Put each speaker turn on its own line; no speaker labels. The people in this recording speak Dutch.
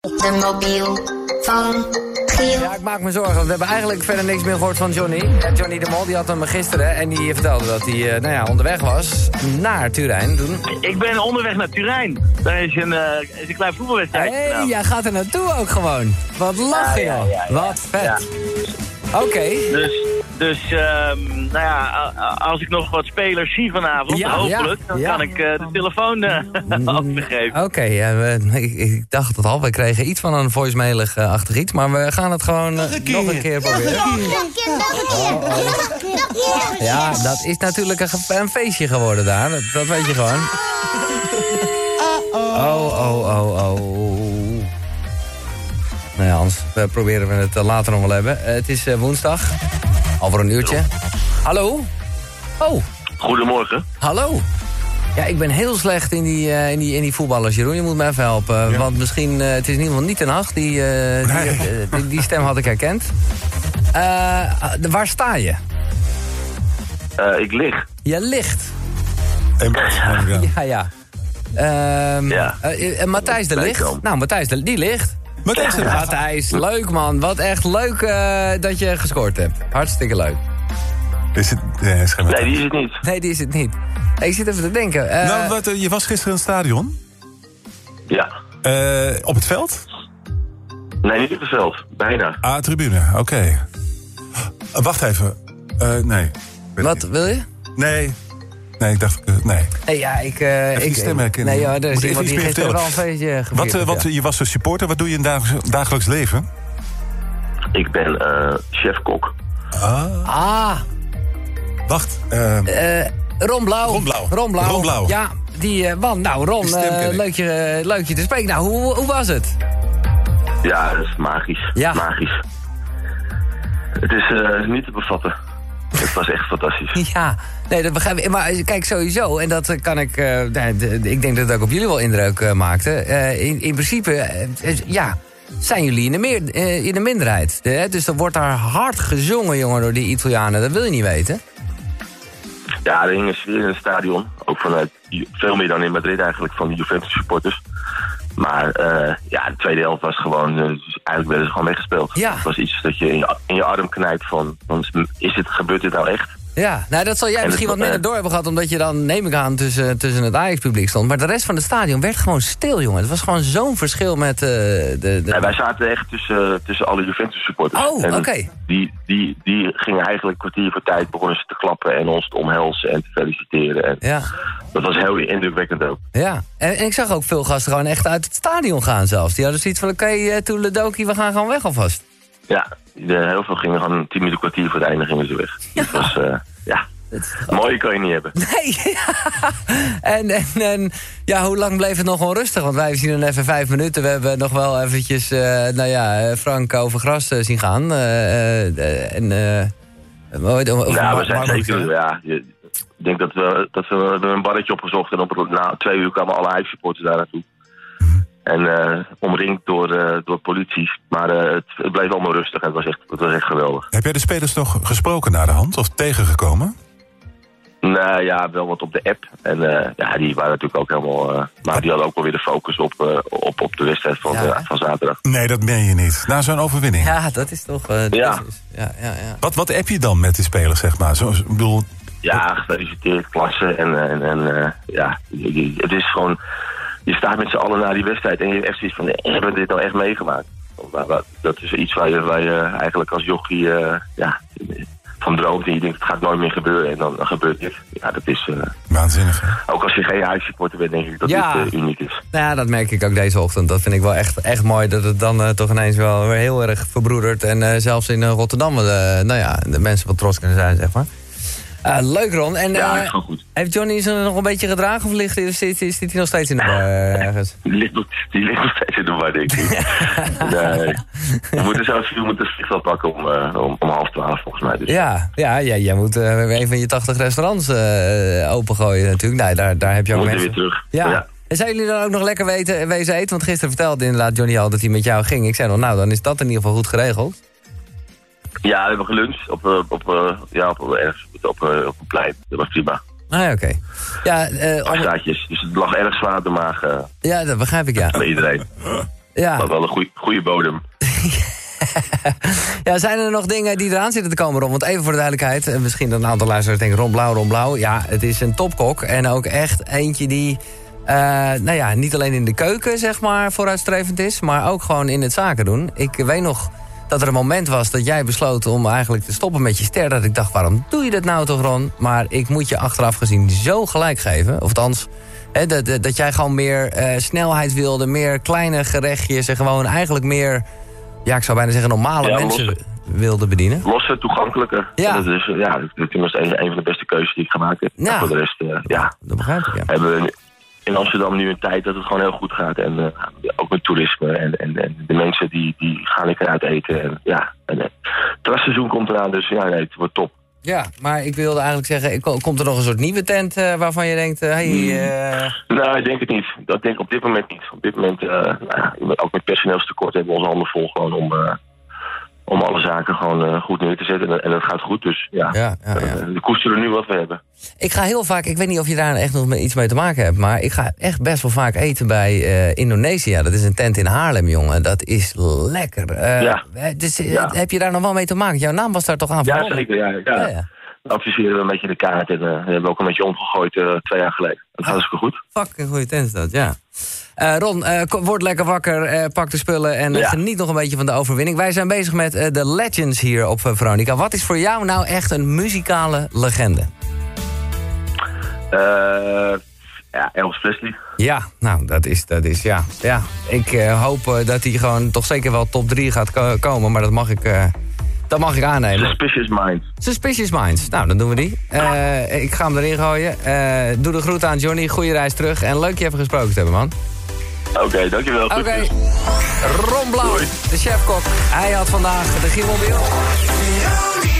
de mobiel van Giel.
Ja, ik maak me zorgen, want we hebben eigenlijk verder niks meer gehoord van Johnny. Ja, Johnny de Mol die had hem gisteren en die vertelde dat hij eh, nou ja, onderweg was naar Turijn. Toen...
Ik ben onderweg naar Turijn. Daar is een, eh, is een klein voetbalwedstrijd.
hey,
Nou,
jij gaat er naartoe ook gewoon. Wat lachen
Ja, ja,
joh.
ja, ja.
Wat vet.
Ja.
Oké.
Dus, dus ehm, nou ja, a- a- als ik nog wat spelers zie vanavond,
Ja,
hopelijk,
ja,
dan
ja. Mm.
kan ik eh, de telefoon eh afgegeven.
Oké, ja, we- ik, ik dacht het al. We kregen iets van een voicemailig-achtig iets. Maar we gaan het gewoon eh, nog een keer, proberen. Ja, dat is natuurlijk een, ge- een feestje geworden daar. Dat, dat weet je gewoon. Oh, oh, oh, oh. Nou ja, Hans, we proberen we het eh, later nog wel hebben. Eh, het is eh, woensdag. Over een uurtje. Hallo? Oh,
Goedemorgen.
hallo. Ja, ik ben heel slecht in die, eh, in die, in die voetballers, Jeroen. Je moet me even helpen. Want misschien, eh, het is in ieder geval niet ten Hag. Die, eh, die, eh, die, die stem had ik herkend. Eh, waar sta je?
Eh, ik lig.
Je ligt.
En wat?
Ja, ja. Ehm,
Ja.
eh, eh, Matthijs de Licht.
Lijkkamp.
Nou, Matthijs, de, die ligt.
Maar dat is het.
Matthijs, leuk man. Wat echt leuk eh, dat je gescoord hebt. Hartstikke leuk.
Is het... Nee, het is geen
Nee, die is het niet.
Nee, die is het niet. Ik zit even te denken. eh,
Nou, wat, eh, je was gisteren in het stadion.
Ja.
Eh, op het veld?
Nee, niet op het veld. Bijna.
A-tribune, oké. Eh, wacht even. Eh, nee.
wat wil je?
Nee. Nee, ik dacht... eh, nee.
Nee, ja, ik... eh
Even
ik
die stem herkennen.
Nee, ja, er is
Moet even
iemand
iets
die
meer
gisteren
vertellen.
wel een feestje
Wat,
gevierd
eh, wat,
heeft, ja.
Je was een supporter. Wat doe je in dagelijks, dagelijks leven?
Ik ben eh chef-kok.
Ah,
Wacht. eh,
Ron Blauw.
Ron Blauw.
Ron Blauw.
Ron Blauw.
Ja, die... eh, man, nou Ron,
Die stem
eh,
ken ik.
leuk, je, eh, leuk je te spreken. Nou, hoe, hoe- hoe was het?
Ja, dat is magisch.
Ja.
Magisch. Het is eh, niet te bevatten. Het was echt fantastisch.
Ja, nee, dat begrijp ik. Maar eh, kijk, sowieso, en dat eh, kan ik... eh, nou, d- d- ik denk dat het ook op jullie wel indruk eh, maakte. Eh, in, in principe, eh, eh, ja, zijn jullie in de, meer, eh, in de minderheid. hè? dus dan wordt daar hard gezongen, jongen, door die Italianen. Dat wil je niet weten.
Ja, er hing een sfeer in het stadion. Ook vanuit, Ju- veel meer dan in Madrid eigenlijk, van de Juventus supporters. Maar eh, ja, de tweede helft was gewoon, eh, eigenlijk werden ze gewoon weggespeeld.
Ja.
Het was iets dat je in je, in je arm knijpt van, van, is dit, gebeurt dit nou echt?
Ja, nou dat zal jij
En
misschien
het-
wat minder
eh,
door hebben gehad... omdat je dan, neem ik aan, tussen, tussen het Ajax-publiek stond. Maar de rest van het stadion werd gewoon stil, jongen. Het was gewoon zo'n verschil met eh, de... de...
Ja, wij zaten echt tussen, tussen alle Juventus supporters.
Oh,
En
oké.
Die, die, die gingen eigenlijk kwartier voor tijd, begonnen ze te klappen en ons te omhelzen en te feliciteren. En
Ja,
Dat was heel indrukwekkend ook.
ja. En, en ik zag ook veel gasten gewoon echt uit het stadion gaan zelfs. Die hadden zoiets van, oké, eh Toeledoki, we gaan gewoon weg alvast.
Ja, de, heel veel gingen gewoon tien minuten kwartier voor het einde gingen ze weg. Het was, eh, ja, mooie kan je niet hebben.
Nee, en, en, en ja, hoe lang bleef het nog wel rustig? Want wij zien dan even vijf minuten. We hebben nog wel eventjes, eh, nou ja, eh, Frank over gras eh, zien gaan. Eh, eh, en, eh, hoe heet- hoe- hoe-
Ja, Nou, we
Mar-
zijn
Marco-
zeker, ja, je- ik denk dat we, dat we, we hebben een barretje opgezocht en op het- na twee uur kwamen alle huissupporters daar naartoe. En eh, omringd door, eh, door politie. Maar eh, het, het bleef allemaal rustig en het was echt, het was echt geweldig.
heb jij de spelers nog gesproken naar de hand? Of tegengekomen?
Nou ja, wel wat op de app. En eh, ja, die waren natuurlijk ook helemaal. eh, maar die hadden ook wel weer de focus op, eh, op, op de wedstrijd van,
Ja,
eh,
hè?
van zaterdag.
Nee, dat meen je niet. Na zo'n overwinning.
Ja, dat is toch... eh, dat
Ja.
is- ja, ja, ja.
Wat, wat app je dan met die spelers, zeg maar? Zo, ik bedoel,
Ja, gefeliciteerd, klasse. En, eh, en, en eh, ja, je- je- het is gewoon. Je staat met z'n allen naar die wedstrijd en je hebt echt zoiets van: eh, hebben we dit nou echt meegemaakt? Maar wat- dat is iets waar je, waar je eigenlijk als jochie eh, ja, van droomt. En je denkt: het gaat nooit meer gebeuren. En dan, dan gebeurt dit. Ja, dat is. eh,
waanzinnig.
ook als je geen huissupporter bent, denk ik dat
Ja.
dit eh, uniek is.
Nou ja, dat merk ik ook deze ochtend. Dat vind ik wel echt, echt mooi dat het dan eh, toch ineens wel weer heel erg verbroedert. En eh, zelfs in eh, Rotterdam, eh, nou ja, de mensen wat trots kunnen zijn, zeg maar. Eh, leuk Ron. En,
Ja,
eh,
is gewoon goed.
heeft Johnny zich nog een beetje gedragen of ligt, is, zit zit hij nog steeds in de bar eh, ergens?
Die ligt, nog- die ligt nog steeds in de war, denk ik. nee. We moeten zo veel moeten het vliegtuig pakken om, eh, om, om half twaalf, volgens mij. Dus.
Ja, ja, ja jij moet eh, weer een van je 80 restaurants eh, opengooien natuurlijk. Nee, daar, daar heb je
we
ook
moeten
mensen.
weer terug.
Ja. En zijn jullie dan ook nog lekker weten, wezen eten? Want gisteren vertelde inderdaad Johnny al dat hij met jou ging. Ik zei nog, nou, dan is dat in ieder geval goed geregeld.
Ja, we hebben geluncht op, eh, op, eh, ja, op, eh, ergens op, eh, op een plein. Dat was prima.
Ah, ja, oké. Ja, eh, om-
Pastaatjes. Dus het lag erg zwaar op de maag eh,
ja, dat begrijp ik, ja.
bij iedereen.
Ja.
Maar wel een goeie- goede bodem.
ja, zijn er nog dingen die eraan zitten te komen, Ron? Want even voor de duidelijkheid, eh, misschien dat een aantal luisteraars denken... Ron Blauw, Ron Blauw, ja, het is een topkok. En ook echt eentje die, eh, nou ja, niet alleen in de keuken, zeg maar, vooruitstrevend is... maar ook gewoon in het zaken doen. Ik weet nog dat er een moment was dat jij besloot om eigenlijk te stoppen met je ster... dat ik dacht, waarom doe je dat nou toch, Ron? Maar ik moet je achteraf gezien zo gelijk geven. Of althans, hè, dat, dat, dat jij gewoon meer eh, snelheid wilde... meer kleine gerechtjes en gewoon eigenlijk meer... Ja, ik zou bijna zeggen normale
Ja,
mensen
losse.
wilde bedienen.
Losser, toegankelijker.
Ja.
En Dat is eh, ja, dat is tenminste een, een van de beste keuzes die ik gemaakt heb.
Ja.
En Voor de rest, eh, ja,
Dat begrijp ik, ja.
hebben we nu- in Amsterdam nu een tijd dat het gewoon heel goed gaat. En eh, ook met toerisme. En, en, en de mensen die, die gaan lekker uit eten. En, ja, en, eh, het terrasseizoen komt eraan, dus ja, nee, het wordt top.
Ja, maar ik wilde eigenlijk zeggen, ik- komt er nog een soort nieuwe tent eh, waarvan je denkt, eh, hey, eh,
Nou, ik denk het niet. Dat denk ik op dit moment niet. Op dit moment, eh, nou ja, ook met personeelstekort, hebben we onze handen vol gewoon om, eh, om alle zaken gewoon eh, goed neer te zetten. En, en dat gaat goed, dus ja.
Ja, ja, ja.
Eh, we koesteren nu wat we hebben.
Ik ga heel vaak, ik weet niet of je daar echt nog mee- iets mee te maken hebt, maar ik ga echt best wel vaak eten bij eh, Indonesië. Dat is een tent in Haarlem, jongen. Dat is lekker. Eh,
Ja.
eh, Dus, eh,
Ja.
Heb je daar nog wel mee te maken? Jouw naam was daar toch aan
Ja,
verbonden?
zeker. Ja, ja.
Ja, ja.
We adviseren we een beetje de kaart en eh, we hebben ook een beetje omgegooid eh, twee jaar geleden. Dat
Ah.
gaat hartstikke goed.
Fucking goede tent is dat, ja. Eh, Ron, eh, ko- word lekker wakker, eh, pak de spullen en eh,
Ja.
geniet nog een beetje van de overwinning. Wij zijn bezig met eh, de legends hier op eh, Veronica. Wat is voor jou nou echt een muzikale legende?
Eh, ja, Elvis Presley.
Ja, nou, dat is, dat is ja. ja. Ik eh, hoop eh, dat hij gewoon toch zeker wel top 3 gaat ko- komen, maar dat mag ik, eh, dat mag ik aannemen.
Suspicious Minds.
Suspicious Minds, nou, dan doen we die. Eh, ik ga hem erin gooien. Eh, doe de groet aan Johnny, goede reis terug en leuk je even gesproken te hebben, man.
Oké, dankjewel.
Oké, Ron Blauw, de chefkok. Hij had vandaag de Giron Wereld.
Veronica.